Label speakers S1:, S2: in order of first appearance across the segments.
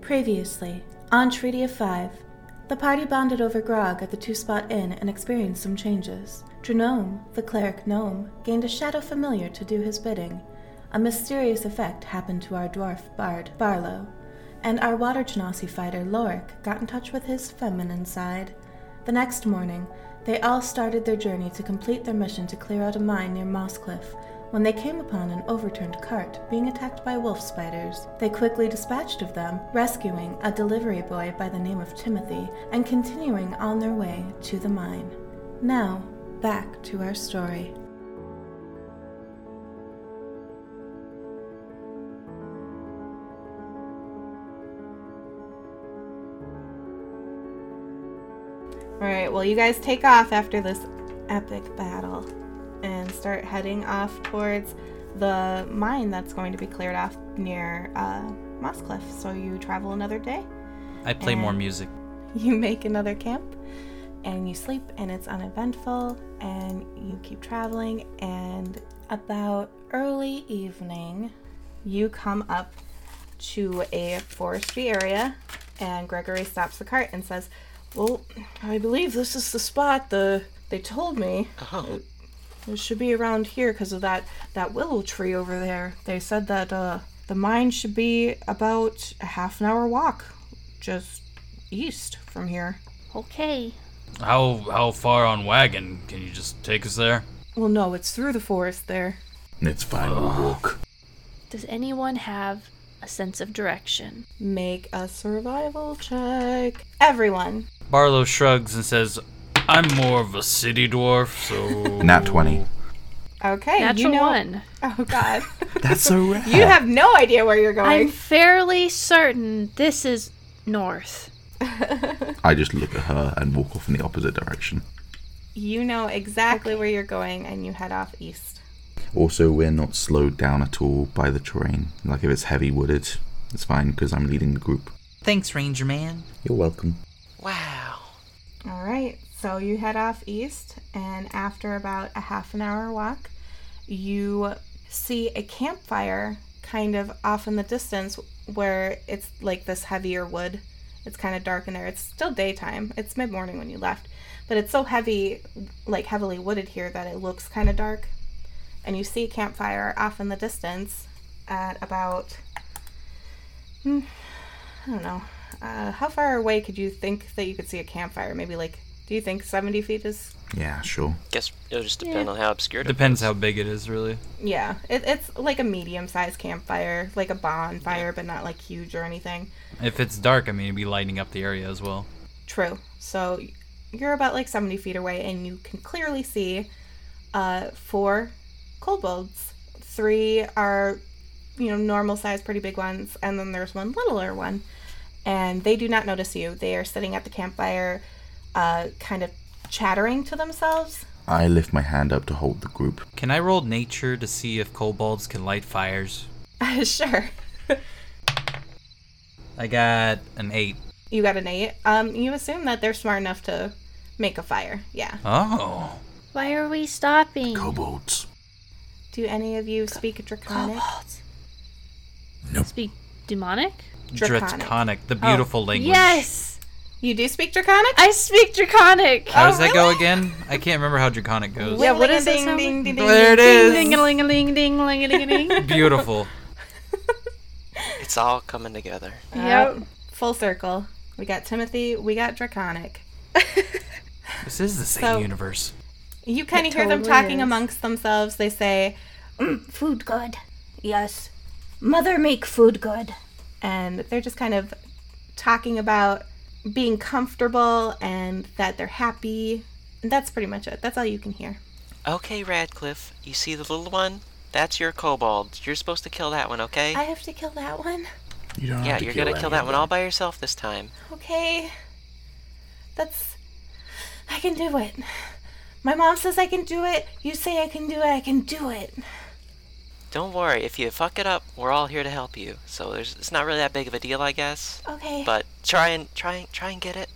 S1: Previously, on Treaty of Five, the party bonded over grog at the Two Spot Inn and experienced some changes. Drenome, the cleric gnome, gained a shadow familiar to do his bidding. A mysterious effect happened to our dwarf bard, Barlow, and our water genasi fighter, Lorik, got in touch with his feminine side. The next morning, they all started their journey to complete their mission to clear out a mine near Mosscliff when they came upon an overturned cart being attacked by wolf spiders. They quickly dispatched of them, rescuing a delivery boy by the name of Timothy and continuing on their way to the mine. Now, back to our story. All right, well, you guys take off after this epic battle and start heading off towards the mine that's going to be cleared off near uh, Mosscliff. So you travel another day,
S2: I play more
S1: And-
S2: music.
S1: you make another camp, and you sleep, and it's uneventful, and you keep traveling. And about early evening, you come up to a forestry area, and Gregory stops the cart and says, "Well, I believe this is the spot the they told me."
S3: Oh,
S1: It should be around here because of that that willow tree over there. They said that uh, the mine should be about a half an hour walk, just east from here.
S4: Okay.
S2: How how far on wagon can you just take us there?
S1: Well, no, it's through the forest there.
S3: it's fine. We'll walk.
S4: Does anyone have a sense of direction?
S1: Make a survival check, everyone.
S2: Barlow shrugs and says, "I'm more of a city dwarf, so
S3: Nat 20.
S1: Okay,
S4: Natural
S1: you know.
S4: one.
S1: Oh God,
S3: That's so rad.
S1: you have no idea where you're
S4: I'm
S1: going.
S4: fairly certain this is north.
S3: I just look at her and walk off in the opposite direction.
S1: You know exactly where you're going, and you head off east.
S3: Also, we're not slowed down at all by the terrain. Like if it's heavy wooded, it's fine because I'm leading the group.
S5: Thanks, Ranger Man.
S3: You're welcome.
S5: Wow.
S1: All right, so you head off east, and after about a half an hour walk, you see a campfire kind of off in the distance where it's like this heavier wood. It's kind of dark in there. It's still daytime. It's mid morning when you left, but it's so heavy, like heavily wooded here, that it looks kind of dark. And you see a campfire off in the distance at about, hmm, I don't know, uh, how far away could you think that you could see a campfire? Maybe like, do you think 70 feet is?
S3: Yeah, sure.
S6: Guess it'll just depend on how obscure
S2: it
S6: it
S2: depends
S6: is.
S2: how big it is, really.
S1: Yeah, it, it's like a medium sized campfire, like a bonfire, but not like huge or anything.
S2: If it's dark, I mean, it'd be lighting up the area as well.
S1: True. So you're about like 70 feet away, and you can clearly see uh, four kobolds. Three are, you know, normal size, pretty big ones, and then there's one littler one. And they do not notice you. They are sitting at the campfire, uh, kind of chattering to themselves.
S3: I lift my hand up to hold the group.
S2: Can I roll nature to see if kobolds can light fires?
S1: sure.
S2: I got an eight.
S1: You got an eight. Um, you assume that they're smart enough to make a fire. Yeah.
S2: Oh,
S4: Why are we stopping?
S3: Kobolds.
S1: Do any of you speak Draconic?
S4: Speak demonic? Oh,
S1: Draconic. Oh,
S2: Draconic, the beautiful language.
S4: Yes!
S1: You do speak Draconic?
S4: I speak draconic!
S2: How does
S1: Oh,
S2: that go
S1: really?
S2: again? I can't remember how Draconic goes.
S4: Yeah, what does that
S1: Ding,
S4: sound
S1: ding,
S4: like?
S1: ding, ding,
S2: There it
S1: ding,
S2: is.
S1: ding,
S4: Ding a ling a ling ding ling a ding a ding.
S2: Beautiful.
S6: It's all coming together.
S4: Yep.
S1: Full circle. We got Timothy. We got Draconic.
S2: This is the same
S1: So-
S2: universe.
S1: You kind of
S4: It
S1: hear them
S4: totally
S1: talking
S4: is.
S1: amongst themselves. They say,
S7: Food good. Yes. Mother make food good.
S1: and they're just kind of talking about being comfortable and that they're happy. And that's pretty much it. That's all you can hear.
S6: Okay, Radcliffe, you see the little one? That's your kobold. You're supposed to kill that one, okay?
S1: I have to kill that one.
S3: You don't
S6: yeah, you're gonna kill that one all by yourself this time.
S1: Okay. That's. I can do it. My mom says I can do it. You say I can do it. I can do it.
S6: Don't worry, if you fuck it up, we're all here to help you. So there's, it's not really that big of a deal, I guess.
S1: Okay.
S6: But try and try and try and get it.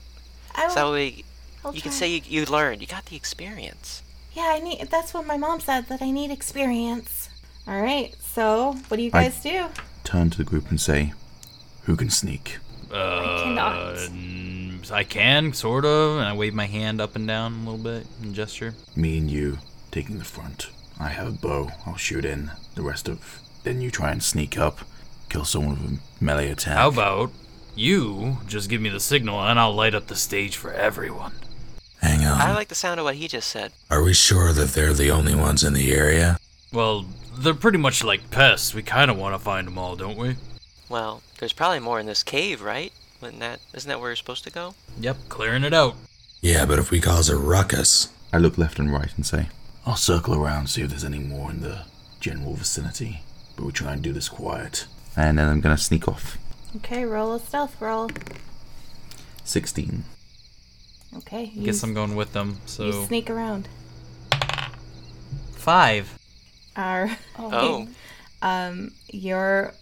S1: I will,
S6: So we,
S1: I'll
S6: you can
S1: try.
S6: say you, you learned. You got the experience.
S1: Yeah, I need. That's what my mom said. That I need experience. All right. So, what do you
S3: I-
S1: guys do?
S3: Turn to the group and say, Who can sneak?
S2: Uh,
S4: cannot.
S2: mm, I can, sort of. And I wave my hand up and down a little bit and gesture.
S3: Me and you taking the front. I have a bow. I'll shoot in. The rest of. Then you try and sneak up, kill someone with a melee attack.
S2: How about you just give me the signal and I'll light up the stage for everyone?
S8: Hang on.
S6: I like the sound of what he just said.
S8: Are we sure that they're the only ones in the area?
S2: Well, they're pretty much like pests. We kind of want to find them all, don't we?
S6: Well, there's probably more in this cave, right? Wouldn't that isn't that where you're supposed to go?
S2: Yep, clearing it out.
S8: Yeah, but if we cause a ruckus,
S3: I look left and right and say, I'll circle around, see if there's any more in the general vicinity. But we'll try and do this quiet. And then I'm gonna sneak off.
S1: Okay, roll a stealth roll.
S3: 16.
S1: Okay, you,
S2: Guess I'm going with them.
S1: you
S2: So
S1: sneak around.
S9: Five.
S1: Are
S6: Oh,
S1: um, you're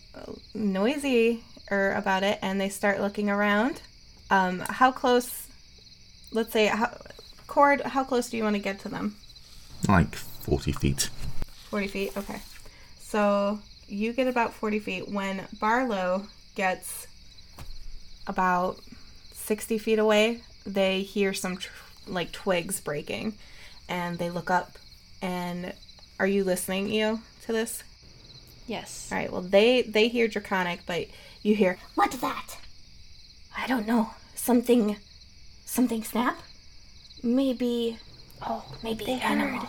S1: noisy er, about it, and they start looking around. Um, how close? Let's say, how, cord. How close do you want to get to them?
S3: Like 40 feet.
S1: 40 feet? Okay. So you get about 40 feet when Barlow gets about 60 feet away. They hear some tr- like twigs breaking and they look up. And are you listening, Eo, to this?
S4: Yes.
S1: All right. Well, they they hear draconic, but you hear
S7: What that? I don't know. Something. Something snap? Maybe. Oh, maybe
S4: They
S7: animal.
S4: heard.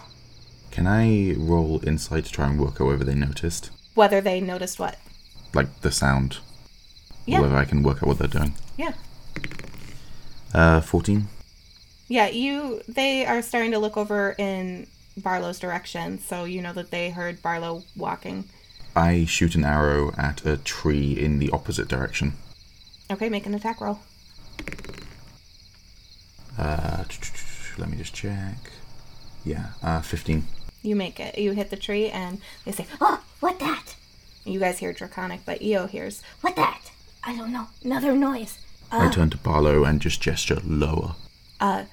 S3: Can I roll inside to try and work out whether they noticed?
S1: whether they noticed what.
S3: Like the sound.
S1: Yeah.
S3: Whether I can work out what they're doing.
S1: Yeah.
S3: Uh, 14.
S1: Yeah, you they are starting to look over in Barlow's direction, so you know that they heard Barlow walking.
S3: I shoot an arrow at a tree in the opposite direction.
S1: Okay, make an attack roll.
S3: Uh, let me just check. Yeah, uh, 15.
S1: You make it. You hit the tree, and they say,
S7: Oh, what that?
S1: "You guys hear draconic, but Eo hears."
S7: What that? I don't know. Another noise.
S1: Ah.
S3: I turn to Barlow and just gesture lower.
S1: Uh,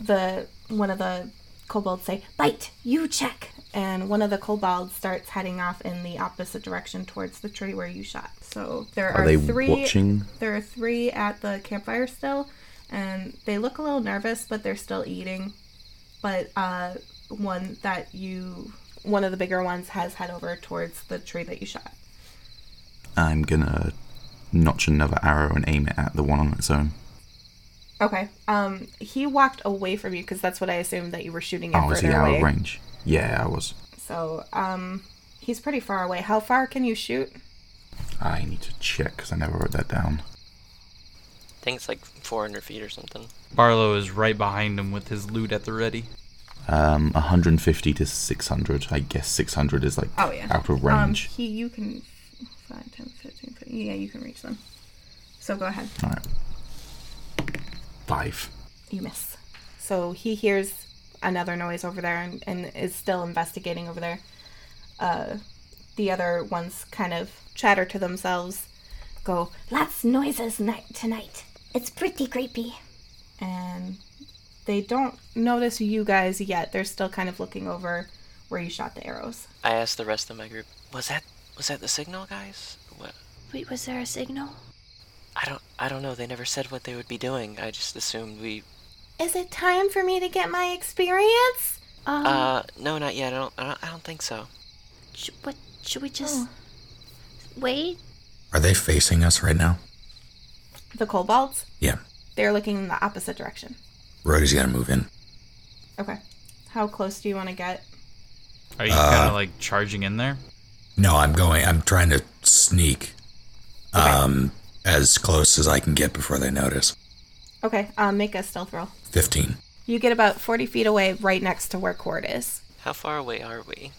S1: the one of the kobolds say,
S7: Bite. You check.
S1: and one of the kobolds starts heading off in the opposite direction towards the tree where you shot. So there are,
S3: Are they
S1: three.
S3: watching?
S1: There are three at the campfire still, and they look a little nervous, but they're still eating. But uh, one that you, one of the bigger ones, has head over towards the tree that you shot.
S3: I'm gonna notch another arrow and aim it at the one on its own.
S1: Okay. Um, he walked away from you because that's what I assumed that you were shooting at
S3: Oh, is he
S1: further
S3: out
S1: away.
S3: of range? Yeah, I was.
S1: So, um, he's pretty far away. How far can you shoot?
S3: I need to check because I never wrote that down.
S6: I think it's like 400 feet or something.
S2: Barlow is right behind him with his loot at the ready.
S3: Um, 150 to 600. I guess 600 is like
S1: Oh yeah.
S3: out of range.
S1: Um, he, you can, five, 10, 15, 20, yeah, you can reach them. So go ahead.
S3: All right. Five.
S1: You miss. So he hears another noise over there and, and is still investigating over there. Uh, the other ones kind of chatter to themselves, go,
S7: Lots noises night tonight. It's pretty creepy.
S1: and they don't notice you guys yet. They're still kind of looking over where you shot the arrows.
S6: I asked the rest of my group, was that was that the signal, guys? What?
S4: Wait, was there a signal?
S6: I don't I don't know. They never said what they would be doing. I just assumed we.
S1: Is it time for me to get my experience?
S4: Um,
S6: Uh, no, not yet. I don't I don't, I don't think so.
S4: sh- what should we
S1: Oh.
S4: just wait?
S8: are they facing us right now?
S1: The kobolds,
S8: Yeah.
S1: they're looking in the opposite direction.
S8: Rody's gotta move in.
S1: Okay. How close do you want to get?
S2: Are you kind
S3: Uh,
S2: of like charging in there?
S8: No, I'm going. I'm trying to sneak um, as close as I can get before they notice.
S1: Okay, um, make a stealth roll.
S8: 15.
S1: You get about 40 feet away, right next to where Cord is.
S6: How far away are we?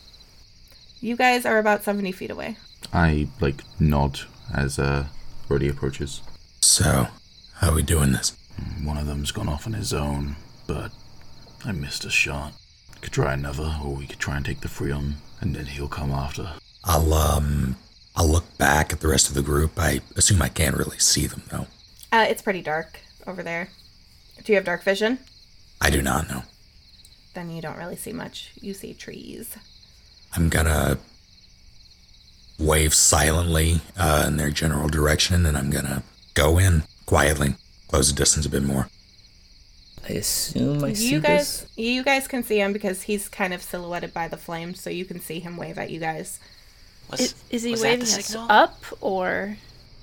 S1: You guys are about 70 feet away.
S3: I like nod as uh, Roddy approaches.
S8: So, how are we doing this?
S3: One of them's gone off on his own, but I missed a shot. Could try another, or we could try and take the Freon, and then he'll come after.
S8: I'll um, I'll look back at the rest of the group. I assume I can't really see them though.
S1: Uh, it's pretty dark over there. Do you have dark vision?
S8: I do not know.
S1: Then you don't really see much. You see trees.
S8: I'm gonna wave silently uh, in their general direction, and I'm gonna Go in quietly. Close the distance a bit more.
S6: I assume I see
S1: you guys,
S6: this.
S1: you guys can see him because he's kind of silhouetted by the flames, so you can see him wave at you guys.
S4: Is, is he
S1: was that the
S4: waving us
S1: signal?
S4: up or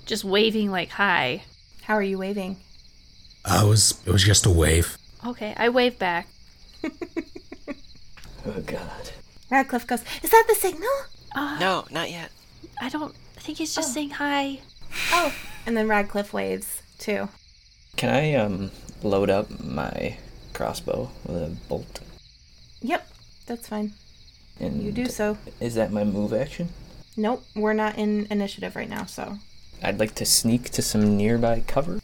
S4: just waving like hi?
S1: How are you waving?
S8: I was. Uh, It was just a wave.
S4: Okay, I wave back.
S6: Oh god.
S1: Radcliffe goes,
S10: Is that the signal?
S11: No, not yet.
S4: Oh, I don't. I think he's just saying hi.
S1: "Oh," and then Radcliffe waves too.
S6: Can I um load up my crossbow with a bolt?
S1: Yep, that's fine.
S6: And
S1: You do so.
S6: Is that my move action?
S1: Nope, we're not in initiative right now, so.
S6: I'd like to sneak to some nearby cover.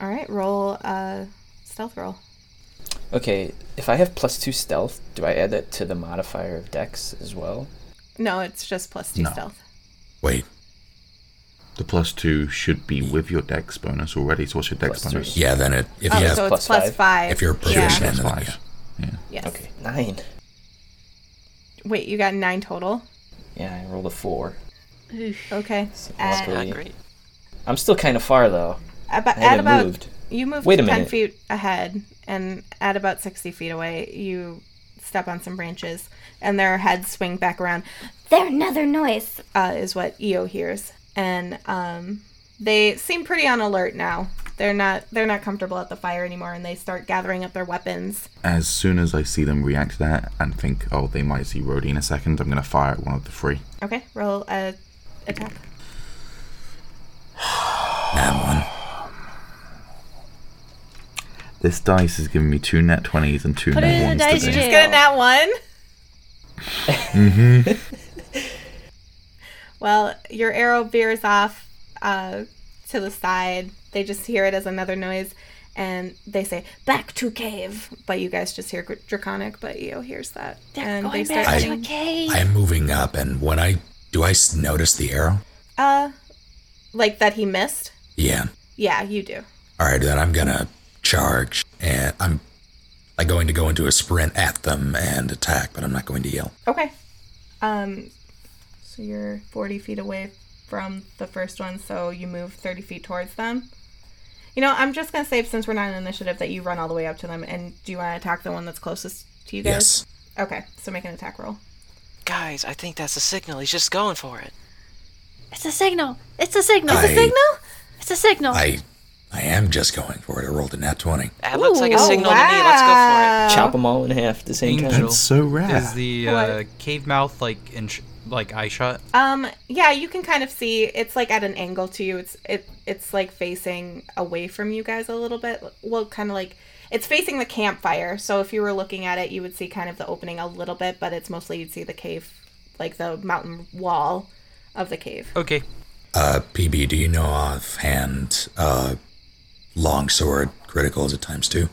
S1: All right, roll uh stealth roll.
S6: Okay, if I have plus two stealth, do I add that to the modifier of Dex as well?
S1: No, it's just plus two
S3: No.
S1: stealth.
S8: Wait.
S3: The plus two should be with your dex bonus already. So what's your dex
S6: Plus
S3: bonus?
S6: three.
S8: Yeah. Then it. If
S1: oh,
S8: you have.
S1: so it's
S6: plus
S1: plus
S6: five.
S1: five.
S8: if you're
S1: yeah.
S8: proficient in
S3: That's
S8: the
S3: five. Yeah.
S1: Yes.
S6: Okay, nine.
S1: Wait, you got nine total.
S6: Yeah, I rolled a four.
S1: Okay.
S6: So
S1: At-
S6: luckily-
S11: Not Ah, great.
S6: I'm still kind of far though.
S1: About,
S6: I
S1: at
S6: haven't
S1: about
S6: moved.
S1: you moved
S6: Wait a
S1: ten
S6: minute.
S1: feet ahead, and at about sixty feet away, you step on some branches, and their heads swing back around.
S7: There, another noise.
S1: Uh, is what Io hears, and um, they seem pretty on alert now. They're not they're not comfortable at the fire anymore, and they start gathering up their weapons.
S3: As soon as I see them react to that and think, oh, they might see Rhodey in a second, I'm gonna fire at one of the three.
S1: Okay, roll a attack.
S8: That one.
S3: This dice is giving me two net twenties and two
S4: Put it
S3: net
S4: in the
S3: ones
S4: dice
S3: today.
S4: jail.
S1: Get a nat one. well, your arrow veers off uh, to the side. They just hear it as another noise, and they say
S7: Back to cave.
S1: but you guys just hear Gr- draconic, but Eo hears that,
S4: They're
S1: and
S4: going
S1: they
S4: back
S1: start.
S8: I-
S4: to a
S1: getting-
S4: cave.
S8: I'm moving up, and when I do, I s- notice the arrow.
S1: uh, like that he missed.
S8: Yeah.
S1: Yeah, you do.
S8: All right. Then I'm gonna charge, and I'm like going to go into a sprint at them and attack, but I'm not going to yell.
S1: Okay. Um, so you're 40 feet away from the first one, so you move 30 feet towards them. You know, I'm just gonna save since we're not an initiative that you run all the way up to them. And do you want to attack the one that's closest to you guys?
S8: Yes.
S1: Yes. Okay, so make an attack roll.
S11: Guys, I think that's a signal. He's just going for it.
S4: It's a signal. It's a signal.
S8: I-
S4: signal. It's a signal.
S8: I I am just going for it. I rolled a nat twenty.
S11: That looks like a
S4: Ooh. Oh,
S11: signal to me. Let's go
S1: Wow.
S6: Chop them all in half at the same time.
S3: That's so rare.
S2: Is the uh, cave mouth like in sh- like eye shot?
S1: Um, yeah, you can kind of see it's like at an angle to you. It's it it's like facing away from you guys a little bit. Well, kind of like it's facing the campfire. So if you were looking at it, you would see kind of the opening a little bit, but it's mostly you'd see the cave, like the mountain wall of the cave.
S2: Okay.
S8: Uh, PB, do you know offhand uh, longsword critical is it times two?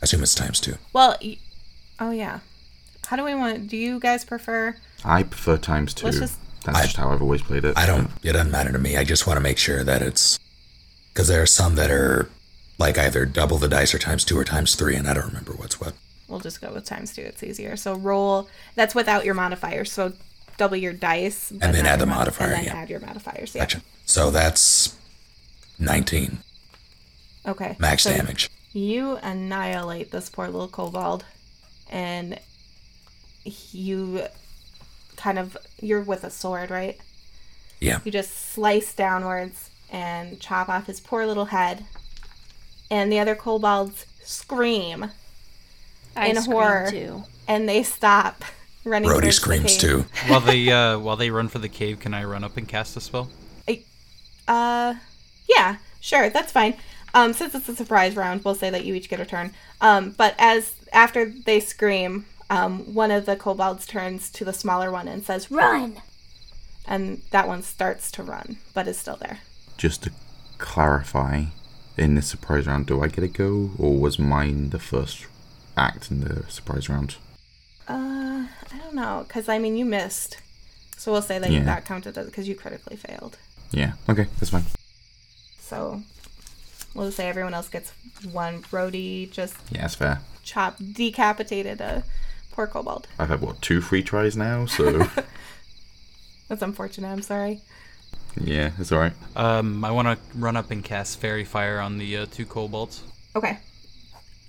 S8: I assume it's times two.
S1: Well, y- oh yeah. How do we want? Do you guys prefer?
S3: I prefer times two.
S1: Let's just-
S3: That's
S8: I-
S3: just how I've always played it.
S8: I don't. It doesn't matter to me. I just want to make sure that it's because there are some that are like either double the dice or times two or times three, and I don't remember what's what.
S1: We'll just go with times two. It's easier. So roll. That's without your modifier. So double your dice but
S8: then
S1: not your
S8: add the
S1: mod-
S8: modifier,
S1: And then
S8: yeah.
S1: add your modifiers. Yeah.
S8: Gotcha. So that's nineteen
S1: Okay.
S8: max
S1: So
S8: damage.
S1: You annihilate this poor little kobold, and you kind of you're with a sword, right?
S8: Yeah.
S1: You just slice downwards and chop off his poor little head, and the other kobolds scream
S4: I
S1: in
S4: scream
S1: horror.
S4: too.
S1: and they stop running. towards
S8: Brody
S1: the
S8: screams
S1: cave.
S8: too.
S2: while they uh, while they run for the cave, can I run up and cast a spell?
S1: Uh, yeah, sure, that's fine. Um, since it's a surprise round, we'll say that you each get a turn. Um, but as after they scream, um, one of the kobolds turns to the smaller one and says,
S7: Run.
S1: and that one starts to run, but is still there.
S3: Just to clarify, in this surprise round, do I get a go, or was mine the first act in the surprise round?
S1: Uh, I don't know, because I mean, you missed. So we'll say that
S3: Yeah.
S1: that counted as because you critically failed.
S3: Yeah. Okay, that's fine.
S1: So we'll say everyone else gets one. Brody just
S3: Yeah, that's fair.
S1: chopped, decapitated a poor kobold.
S3: I've had what two free tries now, so
S1: That's unfortunate. I'm sorry.
S3: Yeah, it's all right.
S2: Um, I want to run up and cast Fairy Fire on the uh, two kobolds.
S1: Okay.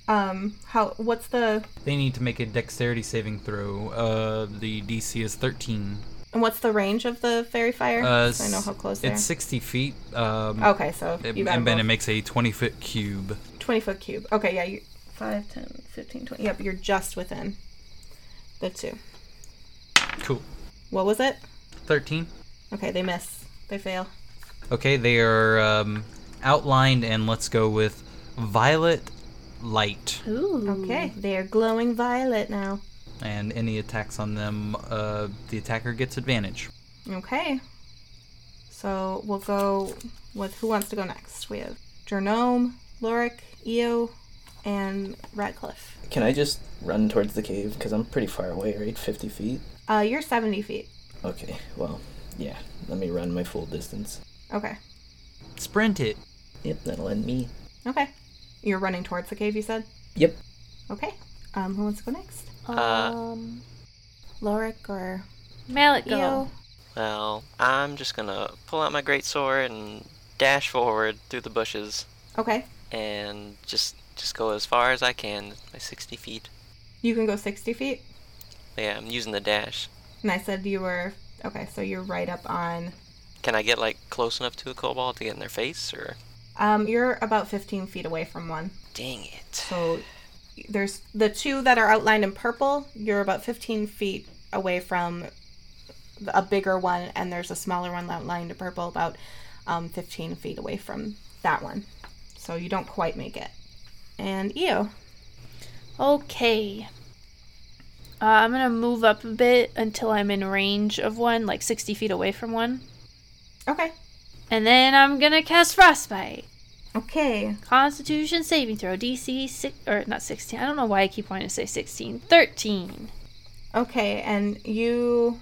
S1: Um, how? What's the
S2: They need to make a Dexterity saving throw. Uh, the DC is 13.
S1: and what's the range of the fairy fire?
S2: Uh,
S1: so I know how close they
S2: It's
S1: are.
S2: 60 feet. Um,
S1: Okay, so
S2: it-
S1: you got 'em
S2: and then it
S1: both.
S2: makes a 20 foot cube.
S1: 20 foot cube. Okay, yeah, you 5, 10, 15, 20. Yep, you're just within the two.
S2: Cool.
S1: What was it?
S2: 13.
S1: Okay, they miss. They fail.
S2: Okay, they are um, outlined, and let's go with violet light.
S4: Ooh.
S1: Okay, they are glowing violet now.
S2: And any attacks on them, uh, the attacker gets advantage.
S1: Okay. So we'll go with who wants to go next? We have Jernome, Lorik, Eo, and Radcliffe.
S6: Can I just run towards the cave? Because I'm pretty far away, right? 50 feet?
S1: Uh, you're 70 feet.
S6: Okay, well, yeah. Let me run my full distance.
S1: Okay.
S2: Sprint it.
S6: Yep, that'll end me.
S1: Okay. You're running towards the cave, you said?
S6: Yep.
S1: Okay. Um, who wants to go next?
S4: Um,
S1: Lorik or
S4: mallet go.
S1: Eo?
S11: Well, I'm just gonna pull out my great sword and dash forward through the bushes
S1: Okay.
S11: and just just go as far as I can, my 60 feet.
S1: You can go 60 feet.
S11: But yeah, I'm using the dash.
S1: And I said you were. Okay, so you're right up on.
S11: Can I get like close enough to a kobold to get in their face, or?
S1: Um, you're about 15 feet away from one.
S11: Dang it!
S1: So there's the two that are outlined in purple. You're about 15 feet away from the- a bigger one, and there's a smaller one outlined in purple about um, 15 feet away from that one. So you don't quite make it. And Eo.
S4: Okay. Uh, I'm gonna move up a bit until I'm in range of one, like 60 feet away from one.
S1: Okay.
S4: And then I'm gonna cast Frostbite.
S1: Okay.
S4: Constitution saving throw, DC 6, or not 16. I don't know why I keep wanting to say 16. 13.
S1: Okay, and you.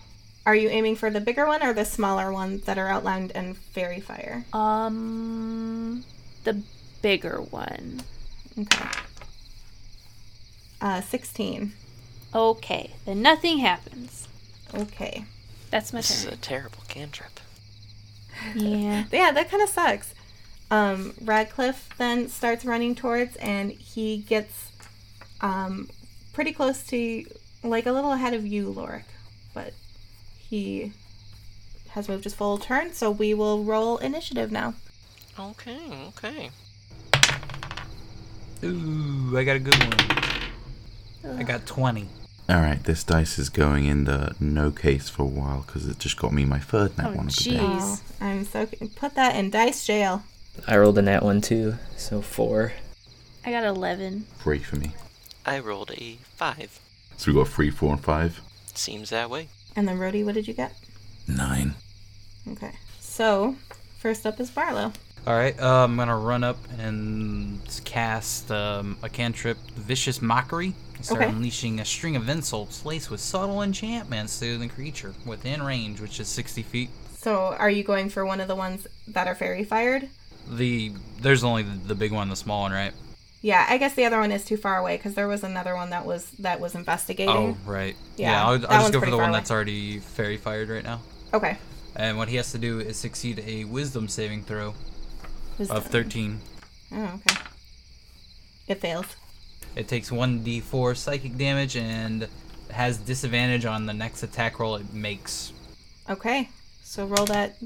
S1: Are you aiming for the bigger one or the smaller one that are outlined in fairy fire?
S4: Um, the bigger one.
S1: Okay. Uh, 16.
S4: Okay, then nothing happens.
S1: Okay.
S4: That's my
S11: This is
S4: turn.
S11: a terrible cantrip.
S4: Yeah.
S1: Yeah, that kind of sucks. Um, Radcliffe then starts running towards, and he gets um, pretty close to, like, a little ahead of you, Lorik. But he has moved his full turn, so we will roll initiative now.
S11: Okay, okay.
S2: Ooh, I got a good one. I got 20.
S3: All right, this dice is going in the no case for a while because it just got me my third net
S4: Oh,
S3: one of the day.
S4: jeez.
S1: Oh, I'm so. Put that in dice jail.
S6: I rolled in that one too, so four.
S4: I got 11.
S3: Three for me.
S11: I rolled a five.
S3: So we got three, four, and five.
S11: Seems that way.
S1: And then, Rhodey, what did you get?
S8: Nine.
S1: Okay. So, first up is Barlow.
S2: All right, uh, I'm gonna run up and cast um, a cantrip, vicious mockery. Start
S1: Okay.
S2: unleashing a string of insults laced with subtle enchantments to the creature within range, which is 60 feet.
S1: So, are you going for one of the ones that are fairy fired?
S2: The there's only the big one, the small one, right?
S1: Yeah, I guess the other one is too far away because there was another one that was that was investigating.
S2: Oh, right.
S1: Yeah,
S2: Yeah, I'll,
S1: that
S2: I'll
S1: one's
S2: just go for
S1: pretty
S2: the
S1: far
S2: one
S1: away.
S2: that's already fairy fired right now.
S1: Okay.
S2: And what he has to do is succeed a Wisdom saving throw
S1: Who's
S2: of 13.
S1: Oh, okay. It fails.
S2: It takes 1d4 psychic damage and has disadvantage on the next attack roll it makes.
S1: Okay. So roll that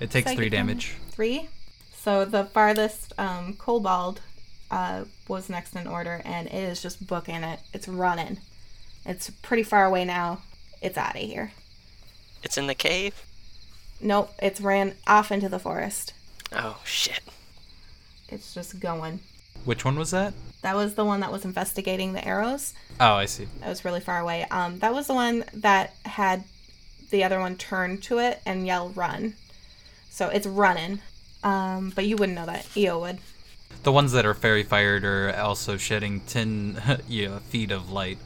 S2: It takes three
S1: Psychic damage.
S2: damage.
S1: three. So the farthest um, kobold uh, was next in order, and it is just booking it. It's running. It's pretty far away now. It's out of here.
S11: It's in the cave.
S1: Nope. It's ran off into the forest.
S11: Oh shit!
S1: It's just going.
S2: Which one was that?
S1: That was the one that was investigating the arrows.
S2: Oh, I see.
S1: That was really far away. Um, that was the one that had the other one turn to it and yell run. So it's running. Um, but you wouldn't know that. Eo would.
S2: The ones that are fairy fired are also shedding 10 yeah, feet of light.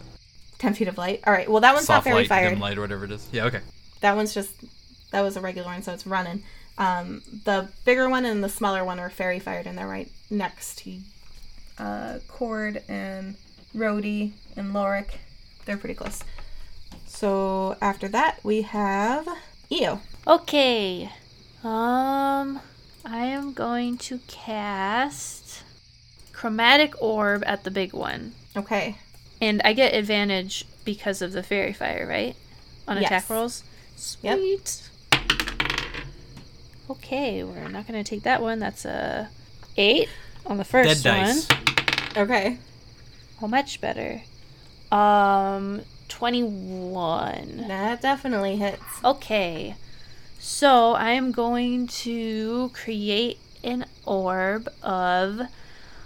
S1: 10 feet of light. All right. Well, that one's
S2: Soft
S1: not very
S2: light,
S1: fired.
S2: dim light, or whatever it is. Yeah, okay.
S1: That one's just, that was a regular one, so it's running. Um, the bigger one and the smaller one are fairy fired, and they're right next to uh, Cord and Rhodey and Lorik. They're pretty close. So after that, we have Eo.
S4: Okay. Um, I am going to cast Chromatic Orb at the big one.
S1: Okay.
S4: And I get advantage because of the fairy fire, right? On attack
S1: Yes.
S4: rolls.
S1: Yep.
S4: Sweet. Okay, we're not going to take that one. That's a 8 on the first
S2: Dead
S4: one.
S2: dice.
S1: Okay.
S4: Oh, much better. Um, 21.
S1: That definitely hits.
S4: Okay. So I am going to create an orb of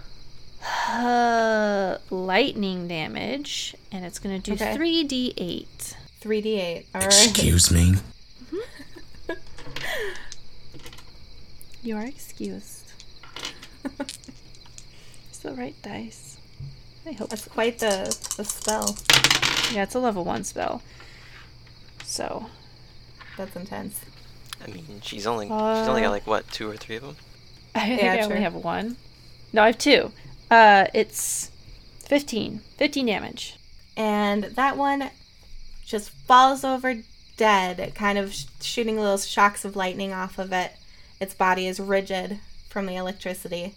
S4: uh, lightning damage, and it's going to do
S1: Okay.
S4: 3d8.
S1: 3d8. All right.
S8: Excuse me.
S4: You are excused. it's the right dice. I hope.
S1: That's quite the, the spell.
S4: Yeah, it's a level 1 spell. So,
S1: That's intense.
S11: I mean, she's only she's only
S4: Uh,
S11: got like what two or three of them.
S4: I think
S1: Yeah,
S4: I
S1: sure.
S4: only have one. No, I have two. Uh, it's 15. 15 damage.
S1: and that one just falls over dead, kind of sh- shooting little shocks of lightning off of it. Its body is rigid from the electricity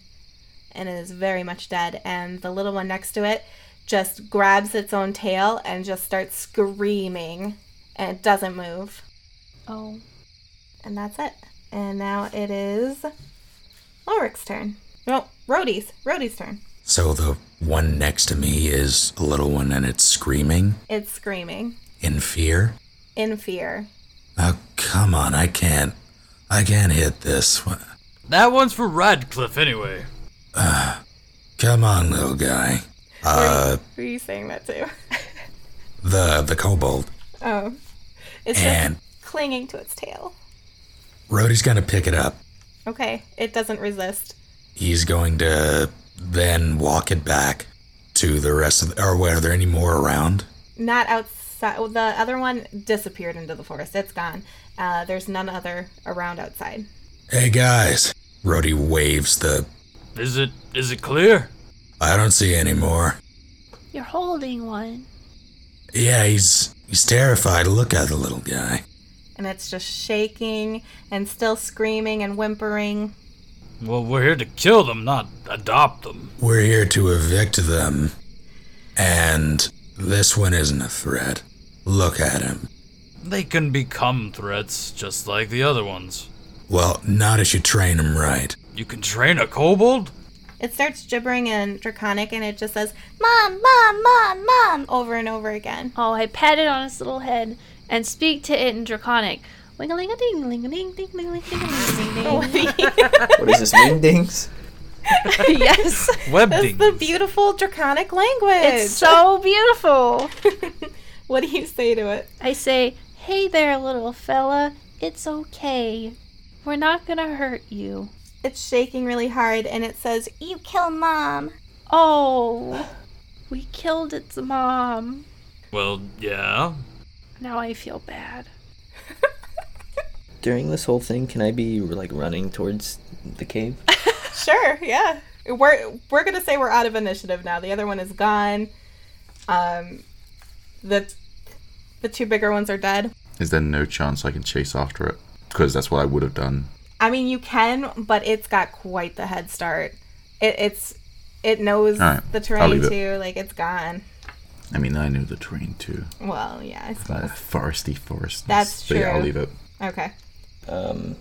S1: and it is very much dead. And the little one next to it just grabs its own tail and just starts screaming and it doesn't move.
S4: Oh.
S1: And that's it. And now it is Lorik's turn. No, Rhodey's. Rhodey's turn.
S8: So the one next to me is a little one and it's screaming
S1: It's screaming
S8: in fear.
S1: in fear.
S8: Oh, come on. I can't. I can't hit this one.
S5: That one's for Radcliffe anyway.
S8: Come on, little guy. Uh,
S1: Who are you saying that to?
S8: the the kobold.
S1: Oh. It's
S8: And-
S1: just clinging to its tail.
S8: Rhodey's gonna pick it up.
S1: Okay, it doesn't resist.
S8: He's going to then walk it back to the rest of. The, or wait, are there any more around?
S1: Not outside. well, The other one disappeared into the forest. It's gone. Uh, there's none other around outside.
S8: Hey guys. Rhodey waves the.
S5: Is it is it clear?
S8: I don't see any more.
S4: You're holding one.
S8: Yeah, he's he's terrified. Look at the little guy.
S1: And it's just shaking and still screaming and whimpering.
S5: Well, we're here to kill them, not adopt them.
S8: We're here to evict them, and this one isn't a threat. Look at him.
S5: They can become threats just like the other ones.
S8: Well, not if you train him right.
S5: You can train a kobold?
S1: It starts gibbering in Draconic and it just says, Mom, Mom, Mom, Mom, over and over again.
S4: Oh, I pat it on its little head and speak to it in draconic. Wingling a ding, ling a ding, ding, ling, ling, ding, ling, ding, ding.
S6: What is this, wing dings?
S4: Yes,
S2: Web
S1: That's the
S2: dings.
S1: beautiful Draconic language.
S4: it's so beautiful.
S1: what do you say to it?
S4: I say, "Hey there, little fella. It's okay. We're not gonna hurt you."
S1: It's shaking really hard and it says,
S7: You kill mom.
S4: Oh, we killed its mom.
S5: Well, yeah.
S4: Now I feel bad.
S6: During this whole thing, can I be like running towards the cave?
S1: Sure, yeah. We're we're gonna say we're out of initiative now. The other one is gone. Um, the the two bigger ones are dead.
S3: Is there no chance I can chase after it? Because that's what I would have done.
S1: I mean, you can, but it's got quite the head start. It, it's it knows
S3: All right,
S1: the
S3: I'll leave
S1: terrain
S3: it.
S1: too. Like it's gone.
S3: I mean, I know the terrain too.
S1: Well, yeah. I suppose.
S3: Uh, foresty forest.
S1: That's
S3: But yeah, I'll
S1: true.
S3: leave it.
S1: Okay.
S6: Um,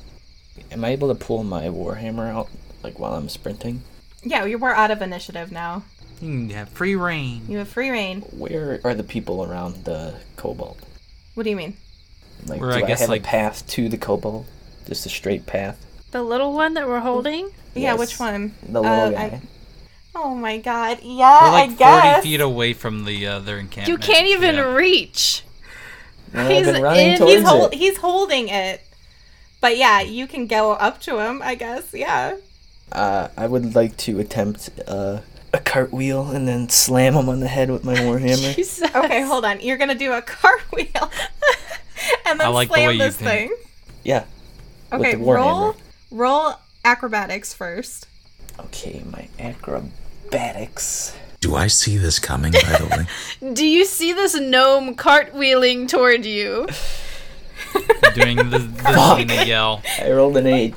S6: am I able to pull my warhammer out like while I'm sprinting?
S1: Yeah, you were out of initiative now.
S2: You can have free reign.
S1: You have free reign.
S6: Where are the people around the kobold?
S1: What do you mean?
S6: Like,
S2: Where
S6: do
S2: I
S6: I,
S2: guess,
S6: have
S2: like-
S6: a path to the kobold? Just a straight path.
S4: The little one that we're holding.
S1: Yeah, which
S6: Yes.
S1: one?
S6: The little
S1: Uh,
S6: guy.
S1: I- oh my god. Yeah,
S2: We're like
S1: I guess.
S2: 40 feet away from the uh, their encampment.
S4: You can't even
S2: Yeah.
S4: reach.
S6: And
S1: He's
S6: I've been running
S4: in-
S6: towards
S1: he's, hold,
S6: it.
S1: he's holding it. But yeah, you can go up to him, I guess. Yeah.
S6: Uh, I would like to attempt uh, a cartwheel and then slam him on the head with my warhammer.
S4: Jesus.
S1: Okay, hold on. You're going to do a cartwheel and
S2: I
S1: then
S2: like the way
S1: slam
S2: you
S1: this
S2: think.
S1: thing.
S6: yeah.
S1: Okay,
S6: the warhammer.
S1: roll roll acrobatics first.
S6: Okay, my acrobatics.
S8: Do I see this coming? By the way,
S4: Do you see this gnome cartwheeling toward you?
S5: doing the, the
S6: Fuck.
S5: Xena yell.
S6: I rolled an eight.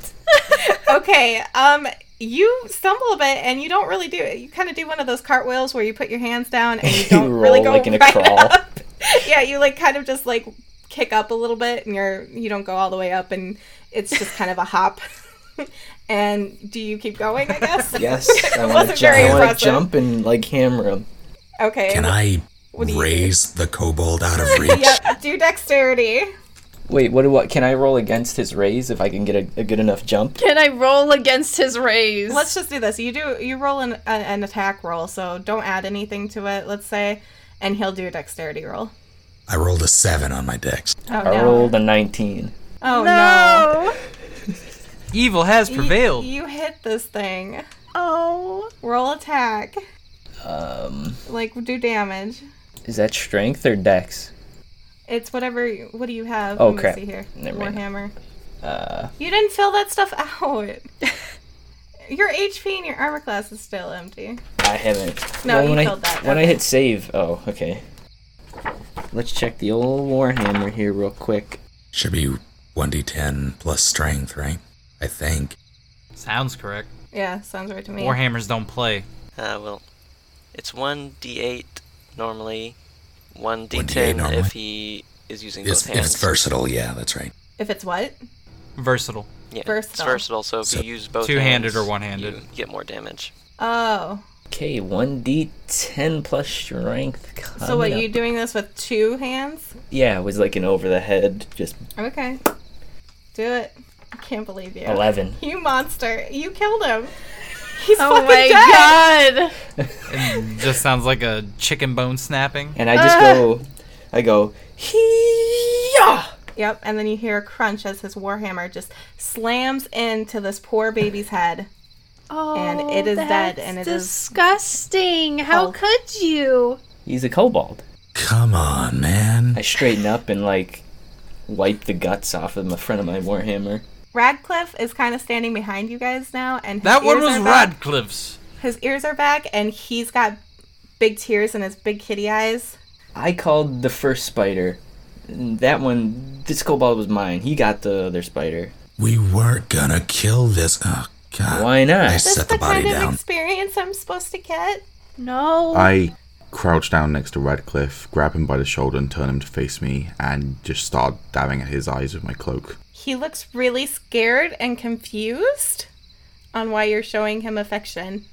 S1: okay. Um, you stumble a bit, and you don't really do it. You kind of do one of those cartwheels where you put your hands down and you don't
S6: You
S1: really
S6: roll
S1: go
S6: like in a
S1: right
S6: crawl.
S1: up. yeah, you like kind of just like kick up a little bit, and you're you don't go all the way up, and it's just kind of a hop. and do you keep going? I guess.
S6: Yes,
S1: it
S6: I want
S1: wasn't
S6: to
S1: very
S6: jump. I want
S1: impressive.
S6: to jump and like hammer him.
S1: Okay.
S8: Can I
S1: What do you-
S8: raise the kobold out of reach?
S1: yep. Do dexterity.
S6: Wait, what? do- What can I roll against his raise if I can get a, a good enough jump?
S4: Can I roll against his raise?
S1: Let's just do this. You do you roll an, an, an attack roll, so don't add anything to it. Let's say, and he'll do a dexterity roll.
S8: I rolled a seven on my dex.
S1: Oh
S6: I
S1: no!
S6: rolled a nineteen.
S1: Oh no!
S4: no.
S2: Evil has
S1: You-
S2: prevailed.
S1: You, hit this thing.
S4: Oh.
S1: Roll attack.
S6: Um,
S1: Like do damage.
S6: is that strength or dex?
S1: It's whatever. you- What do you have?
S6: Oh,
S1: Let me
S6: crap.
S1: See here.
S6: Never mind.
S1: Warhammer.
S6: Uh,
S1: You didn't fill that stuff out. your HP and your armor class is still empty.
S6: I haven't.
S1: No, you
S6: when I,
S1: killed that.
S6: When I
S1: Okay.
S6: hit save, oh, okay. Let's check the old warhammer here real quick.
S8: Should be 1d10 plus strength, right? I think.
S2: Sounds correct.
S1: Yeah, sounds right to me.
S2: Warhammers don't play.
S11: Uh, well, it's one d8 normally, one
S8: 1d8
S11: d10
S8: normally?
S11: if he is using
S8: It's,
S11: both hands.
S8: it's versatile, yeah, that's right.
S1: If it's what?
S2: Versatile.
S11: yeah, It's
S1: versatile.
S11: versatile, so if
S8: So-
S11: you use both
S2: Two-handed
S11: hands,
S2: or one-handed?
S11: you get more damage.
S1: Oh.
S6: Okay, one d ten plus strength.
S1: So what
S6: coming
S1: you
S6: up.
S1: doing this with two hands?
S6: Yeah, it was like an over the head, just
S1: Okay. Do it. I can't believe you.
S6: eleven.
S1: You monster. You killed him. He's
S4: Oh
S1: fucking
S4: my
S1: dead.
S4: god.
S2: It just sounds like a chicken bone snapping.
S6: And I just
S4: Ah.
S6: go, I go, yeah.
S1: Yep, and then you hear a crunch as his warhammer just slams into this poor baby's head.
S4: Oh,
S1: And it is dead,
S4: that's
S1: and it is-
S4: disgusting. How
S1: Oh.
S4: could you?
S6: He's a kobold.
S8: Come on, man.
S6: I straighten up and like wipe the guts off of the front of my warhammer.
S1: Radcliffe is kind of standing behind you guys now, and his
S5: That one
S1: ears
S5: was
S1: are back.
S5: Radcliffe's.
S1: His ears are back, and he's got big tears in his big kitty eyes.
S6: I called the first spider. And That one, this kobold was mine. He got the other spider.
S8: We weren't gonna kill this. Oh, God.
S6: Why not?
S8: I
S1: This
S8: set the body
S1: kind of
S8: down.
S1: experience I'm supposed to get.
S4: No.
S3: I crouch down next to Radcliffe, grab him by the shoulder and turn him to face me, and just start dabbing at his eyes with my cloak.
S1: He looks really scared and confused on why you're showing him affection.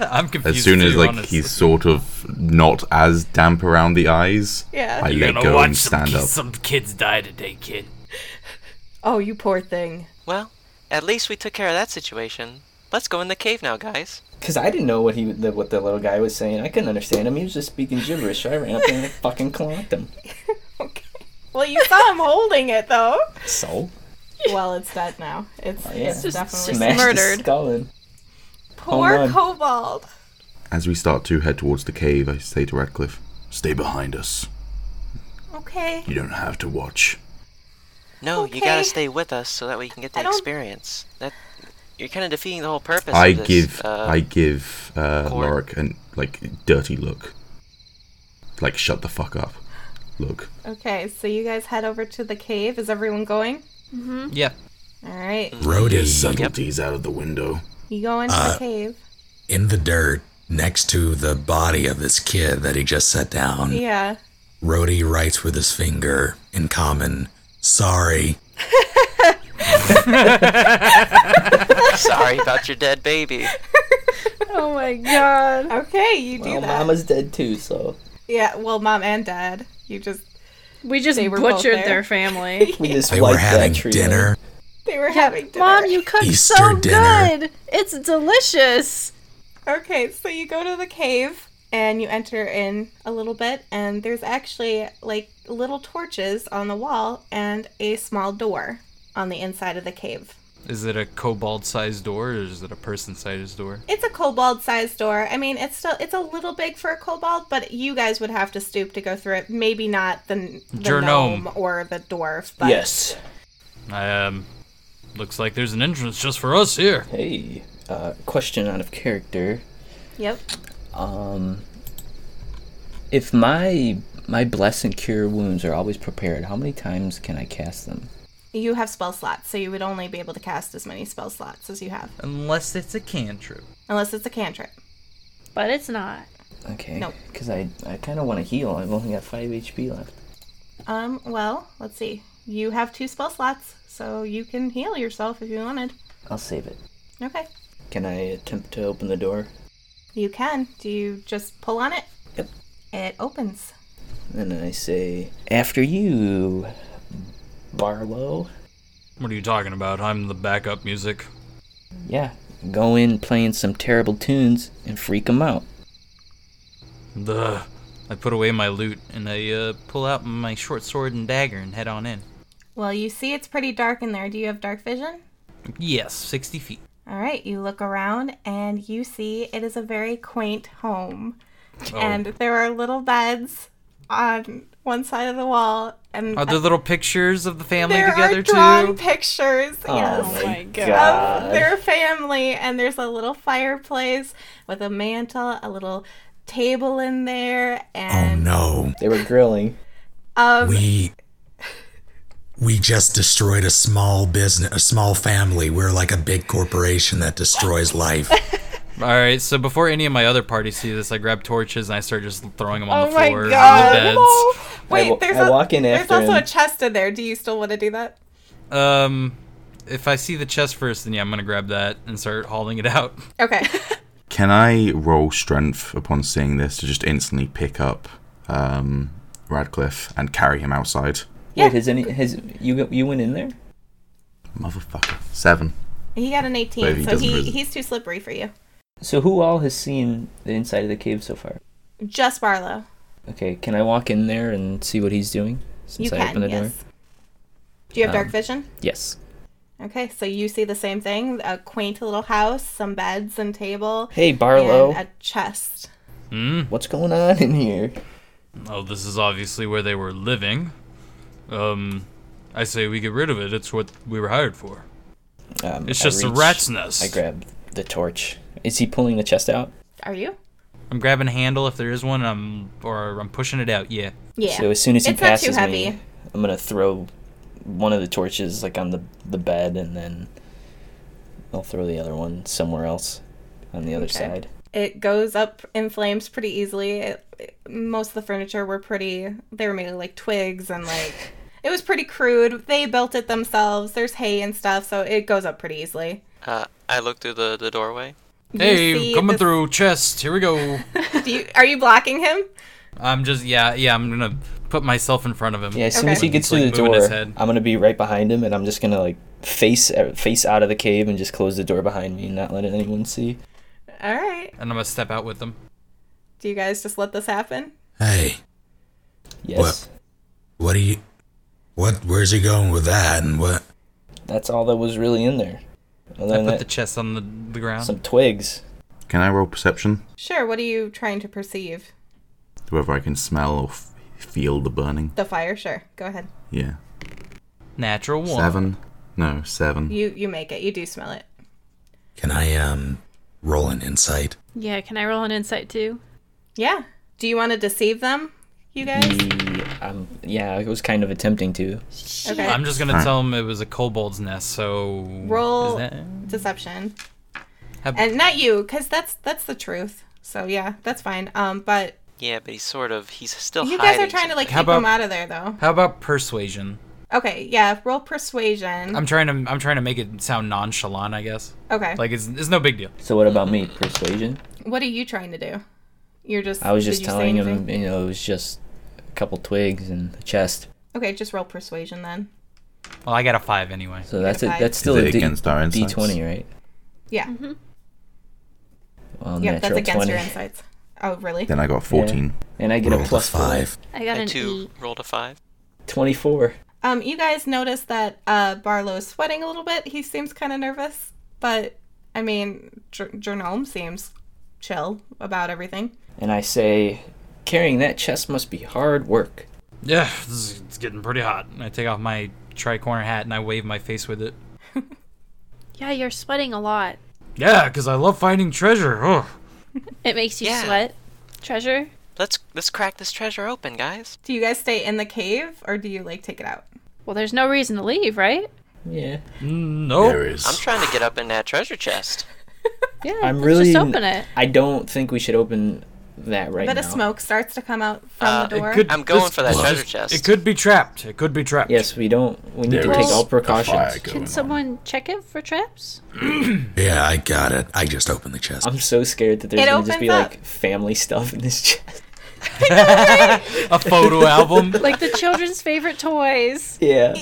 S5: I'm confused.
S3: As soon as
S5: too,
S3: like
S5: honestly.
S3: he's sort of not as damp around the eyes,
S1: Yeah.
S3: I
S5: You're
S3: let
S5: gonna
S3: go
S5: watch
S3: and
S5: some,
S3: stand
S5: ki-
S3: up.
S5: some kids die today, kid.
S1: Oh, you poor thing.
S11: Well, at least we took care of that situation. Let's go in the cave now, guys.
S6: Because I didn't know what he, the, what the little guy was saying. I couldn't understand him. He was just speaking gibberish. So I ran up there and I fucking clonked him.
S1: Okay. Well, you saw him holding it though.
S6: So
S1: Well, it's dead now. It's,
S6: yeah.
S1: it's
S4: Just
S1: definitely
S4: smack-
S6: smashed
S4: murdered.
S6: his skull in.
S1: poor
S6: Hold on.
S1: kobold.
S3: As we start to head towards the cave, I say to Radcliffe, "Stay behind us.
S1: Okay.
S3: You don't have to watch."
S11: No, you gotta
S1: Okay.
S11: stay with us so that we can get
S1: I
S11: the
S1: don't-
S11: experience. That you're kind of defeating the whole purpose.
S3: I
S11: of this,
S3: give
S11: uh,
S3: I give uh,
S11: Cor-
S3: Lorik an like dirty look, like shut the fuck up. Look,
S1: Okay. So you guys head over to the cave. Is everyone going?
S2: Hmm? Yeah.
S1: All right.
S8: Brody,
S3: his subtleties out of the window.
S1: You go into the cave.
S8: in the dirt next to the body of this kid that he just set down.
S1: Yeah.
S8: Rhodey writes with his finger in common, sorry.
S11: sorry about your dead baby.
S4: Oh my god.
S1: Okay. You do
S6: Well,
S1: that.
S6: Mama's dead too, so
S1: Yeah. Well, mom and dad. You just
S4: We just
S1: They were both
S4: butchered
S1: there.
S4: their family.
S6: we just
S8: They
S6: wiped
S8: were having
S6: that tree
S8: dinner.
S1: they were having dinner.
S4: Mom, you cooked so
S8: Easter dinner.
S4: good. It's delicious.
S1: Okay, so you go to the cave and you enter in a little bit, and there's actually like little torches on the wall and a small door on the inside of the cave.
S2: Is it a kobold sized door or is it a person sized door?
S1: It's a kobold sized door. I mean, it's still it's a little big for a kobold, but you guys would have to stoop to go through it. Maybe not the, the
S2: Jernome.
S1: gnome or the dwarf, but
S6: Yes.
S5: Um, looks like there's an entrance just for us here.
S6: Hey, uh, question out of character.
S1: yep.
S6: Um, if my
S12: My bless and cure wounds are always prepared. How many times can I cast them?
S1: You have spell slots, so you would only be able to cast as many spell slots as you have,
S2: Unless it's a cantrip.
S1: unless it's a cantrip.
S4: But it's not.
S12: Okay.
S1: Nope.
S12: Because I, I kind of want to heal. I've only got 5 HP left.
S1: Um, well, let's see. You have two spell slots, so you can heal yourself if you wanted.
S6: I'll save it.
S1: Okay.
S6: Can I attempt to open the door?
S1: You can. Do you just pull on it? Yep. It opens.
S6: And then I say, After you, Barlow.
S5: What are you talking about? I'm the backup music.
S12: Yeah. Go in playing some terrible tunes and freak 'em out.
S2: The I put away my loot and I uh, pull out my short sword and dagger and head on in.
S1: Well, you see it's pretty dark in there. Do you have dark vision?
S2: Yes, 60 feet.
S1: All right, you look around and you see it is a very quaint home.
S2: Oh.
S1: And there are little beds on one side of the wall and
S2: Are there little pictures of the family
S1: there
S2: together
S1: are drawn
S2: too?
S1: pictures.
S2: Oh
S1: yes,
S2: my
S1: of
S6: Uh,
S2: God.
S1: their family, and there's a little fireplace with a mantle, a little table in there,
S6: Oh,
S1: and
S8: Oh, No.
S6: They were grilling.
S1: um,
S8: We we just destroyed a small business, a small family. We're like a big corporation that destroys life.
S2: All right, so before any of my other parties see this, I grab torches and I start just throwing them on
S1: Oh
S2: the
S1: my
S2: floor, on
S1: God,
S2: the beds.
S1: no. wait, there's
S6: I
S1: a-
S6: walk in
S1: there's
S6: after
S1: also
S6: him.
S1: a chest in there. Do you still want to do that?
S2: Um, if I see the chest first, then yeah, I'm gonna grab that and start hauling it out.
S1: Okay.
S3: Can I roll strength upon seeing this to just instantly pick up um, Radcliffe and carry him outside?
S12: Wait, has any has you you went in there?
S3: Motherfucker. Seven.
S1: He got an 18,
S12: But he
S1: so
S12: doesn't
S1: he,
S12: resist.
S1: he's too slippery for you.
S12: So who all has seen the inside of the cave so far?
S1: Just Barlow.
S12: Okay, can I walk in there and see what he's doing since
S1: You
S12: I
S1: can,
S12: opened the door?
S1: yes. Do you have dark
S12: Um,
S1: vision?
S12: Yes.
S1: Okay, so you see the same thing a quaint little house, some beds and table.
S6: Hey, Barlow.
S1: And a chest.
S5: Hmm.
S6: What's going on in here?
S5: Oh, this is obviously where they were living. Um, I say we get rid of it. It's what we were hired for.
S6: Um,
S5: it's
S6: I
S5: just a
S6: reach-
S5: rat's nest.
S6: I grab the torch. Is he pulling the chest out?
S1: Are you?
S2: I'm grabbing a handle if there is one. I'm or I'm pushing it out. Yeah.
S1: Yeah.
S6: So as soon as he
S1: It's not too
S6: passes
S1: heavy.
S6: me, I'm gonna throw one of the torches like on the the bed, and then I'll throw the other one somewhere else on the other
S1: Okay.
S6: side.
S1: It goes up in flames pretty easily. It, it- most of the furniture were pretty, they were made of like twigs and like, it was pretty crude. They built it themselves. There's hay and stuff, so it goes up pretty easily.
S11: Uh, I look through the, the doorway.
S1: You
S5: hey,
S1: see
S5: coming
S1: this-
S5: through chest. Here we go.
S1: Do you, are you blocking him?
S2: I'm just yeah yeah. I'm gonna put myself in front of him.
S6: Yeah, as soon as he gets
S2: like,
S6: through the
S2: moving
S6: door,
S2: his head.
S6: I'm gonna be right behind him, and I'm just gonna like face e, face out of the cave and just close the door behind me and not let anyone see.
S1: All right.
S2: and I'm gonna step out with him.
S1: Do you guys just let this happen?
S8: Hey.
S6: Yes.
S8: What, what do you? What? Where's he going with that? And what?
S6: That's all that was really in there. Other
S2: I
S6: than
S2: put
S6: that,
S2: the chest on the, the ground.
S6: some twigs.
S3: Can I roll perception?
S1: Sure. What are you trying to perceive?
S3: Whether I can smell or f- feel the burning?
S1: The fire? Sure. Go ahead.
S3: Yeah.
S2: Natural one.
S3: Seven? No, seven.
S1: You you make it. You do smell it.
S8: Can I um roll an insight?
S4: Yeah, can I roll an insight too?
S1: Yeah. Do you want to deceive them, you guys?
S6: Yeah, um, yeah, I was kind of attempting to.
S1: Okay.
S2: I'm just gonna
S6: Alright.
S2: tell him it was a kobold's nest. So
S1: Roll
S2: Is that-
S1: deception.
S2: Have-
S1: And not you, because that's that's the truth. So yeah, that's fine. Um, but
S11: Yeah, but he's sort of he's still.
S1: you guys
S11: hiding
S1: are trying to like
S2: How
S1: keep them out
S2: about-
S1: of there, though.
S2: How about persuasion?
S1: Okay. Yeah. Roll persuasion.
S2: I'm trying to I'm trying to make it sound nonchalant, I guess.
S1: Okay.
S2: Like it's it's no big deal.
S6: So what about me? Persuasion.
S1: What are you trying to do? You're just.
S6: I was
S1: did
S6: just
S1: you say
S6: telling
S1: anything?
S6: him, you know, it was just a couple twigs and a chest.
S1: Okay, just roll persuasion then.
S2: Well, I got a five anyway.
S6: So that's it.
S1: five.
S6: That's
S1: Is
S6: still
S3: it
S6: a D,
S3: against our insights?
S6: D20, right?
S1: Yeah.
S6: Well,
S1: Yep. That's
S6: Mm-hmm. natural
S1: against
S6: 20.
S1: your insights. Oh, really?
S3: Then I got 14.
S6: Yeah. And I get
S3: Roll
S6: a
S3: the
S6: plus
S3: five.
S4: I got
S11: I
S4: an
S11: too
S4: eight.
S11: rolled a five.
S6: 24.
S1: Um, you guys notice that uh, Barlow is sweating a little bit. He seems kind of nervous, but I mean, Jer- Jernome seems chill about everything.
S6: And I say, carrying that chest must be hard work.
S2: Yeah, this is, it's getting pretty hot. And I take off my tricorner hat and I wave my face with it.
S4: Yeah, you're sweating a lot.
S5: Yeah, 'cause I love finding treasure. Oh,
S4: It makes you sweat. Treasure?
S11: Let's let's crack this treasure open, guys.
S1: Do you guys stay in the cave or do you like take it out?
S4: Well, there's no reason to leave, right?
S6: Yeah.
S5: No.
S6: There is.
S11: I'm trying to get up in that treasure chest.
S4: Yeah.
S6: I'm
S4: let's
S6: really.
S4: just open it.
S6: I don't think we should open that right
S1: a bit
S6: now.
S1: of smoke starts to come out from
S11: Uh,
S1: the door.
S11: going for that
S6: this-
S11: treasure chest.
S5: It could be trapped. It could be trapped.
S6: Yes, we don't. We need to
S8: There
S6: take
S8: is
S6: all
S8: a fire
S6: precautions.
S8: going
S4: Can someone check it for traps?
S8: Yeah, I got it. I just opened the chest.
S6: I'm so scared that there's
S4: It
S6: gonna just
S4: opens
S6: be
S4: up.
S6: like family stuff in this chest.
S5: a photo album,
S4: like the children's favorite toys.
S6: Yeah.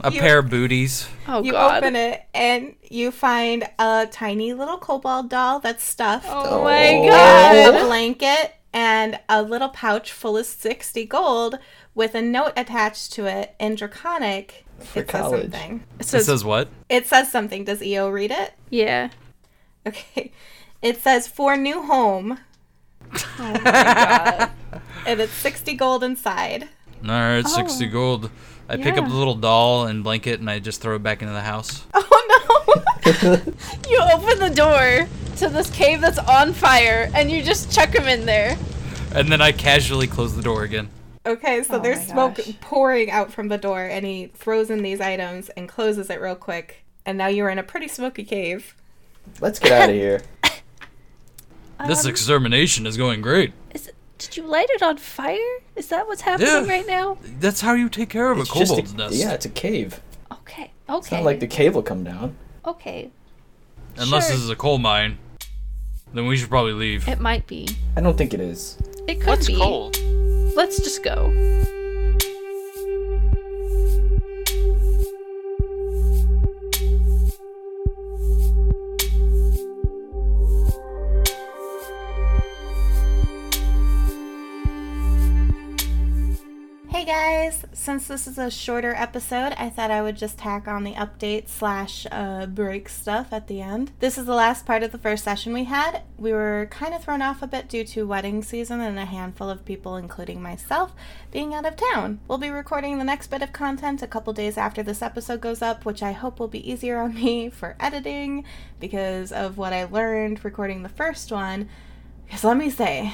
S5: a
S1: You-
S5: pair of booties.
S4: Oh
S1: you
S4: God.
S1: open it and you find a tiny little kobold doll that's stuffed.
S4: Oh my
S1: with
S4: God.
S1: A blanket and a little pouch full of sixty gold with a note attached to it in draconic. it
S5: college.
S1: says something.
S5: It says, what?
S1: It says something. Does EO read it?
S4: Yeah.
S1: Okay. It says for new home.
S4: Oh my God.
S1: and it's sixty gold inside.
S5: All right, sixty gold. I pick up
S1: Yeah.
S5: the little doll and blanket, and I just throw it back into the house.
S1: Oh,
S4: You open the door to this cave that's on fire, and you just chuck him in there.
S5: And then I casually close the door again.
S1: Okay, so there's smoke pouring out from the door, and he throws in these items and closes it real quick. And now you're in a pretty smoky cave.
S6: Let's get out of here.
S5: this extermination is going great.
S4: Did you light it on fire? Is that what's happening
S5: Yeah.
S4: right now?
S5: That's how you take care of a
S6: It's just
S5: kobold's nest.
S6: Yeah, it's a cave.
S4: Okay.
S6: It's
S4: Okay.
S6: not like the cave will come down.
S4: okay.
S5: Unless
S4: Sure.
S5: this is a coal mine, then we should probably leave.
S4: It might be.
S6: I don't think it is.
S4: It could
S5: What's
S4: be.
S5: coal?
S4: Let's just go.
S1: Hey guys, since this is a shorter episode, I thought I would just tack on the update slash uh, break stuff at the end. This is the last part of the first session we had. We were kind of thrown off a bit due to wedding season and a handful of people, including myself, being out of town. We'll be recording the next bit of content a couple days after this episode goes up, which I hope will be easier on me for editing because of what I learned recording the first one. Because let me say,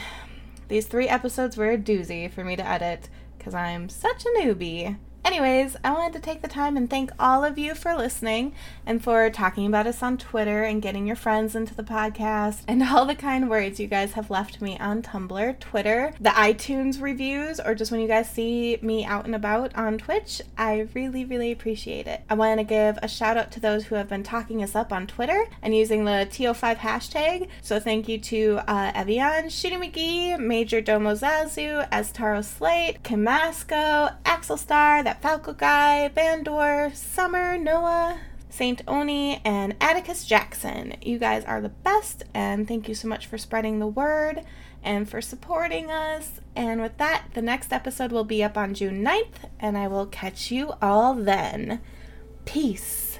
S1: these three episodes were a doozy for me to edit because I'm such a newbie. Anyways, I wanted to take the time and thank all of you for listening and for talking about us on Twitter and getting your friends into the podcast and all the kind words you guys have left me on Tumblr, Twitter, the iTunes reviews, or just when you guys see me out and about on Twitch. I really, really appreciate it. I want to give a shout out to those who have been talking us up on Twitter and using the TO5 hashtag. So thank you to uh, Evian, Shooting McGee, Major Domo Zazu, Astaro Slate, Camasco, Axel Star, That Falco Guy, Bandor, Summer, Noah, Saint Oni, and Atticus Jackson. You guys are the best, and thank you so much for spreading the word and for supporting us. And with that, the next episode will be up on June 9th, and I will catch you all then. Peace.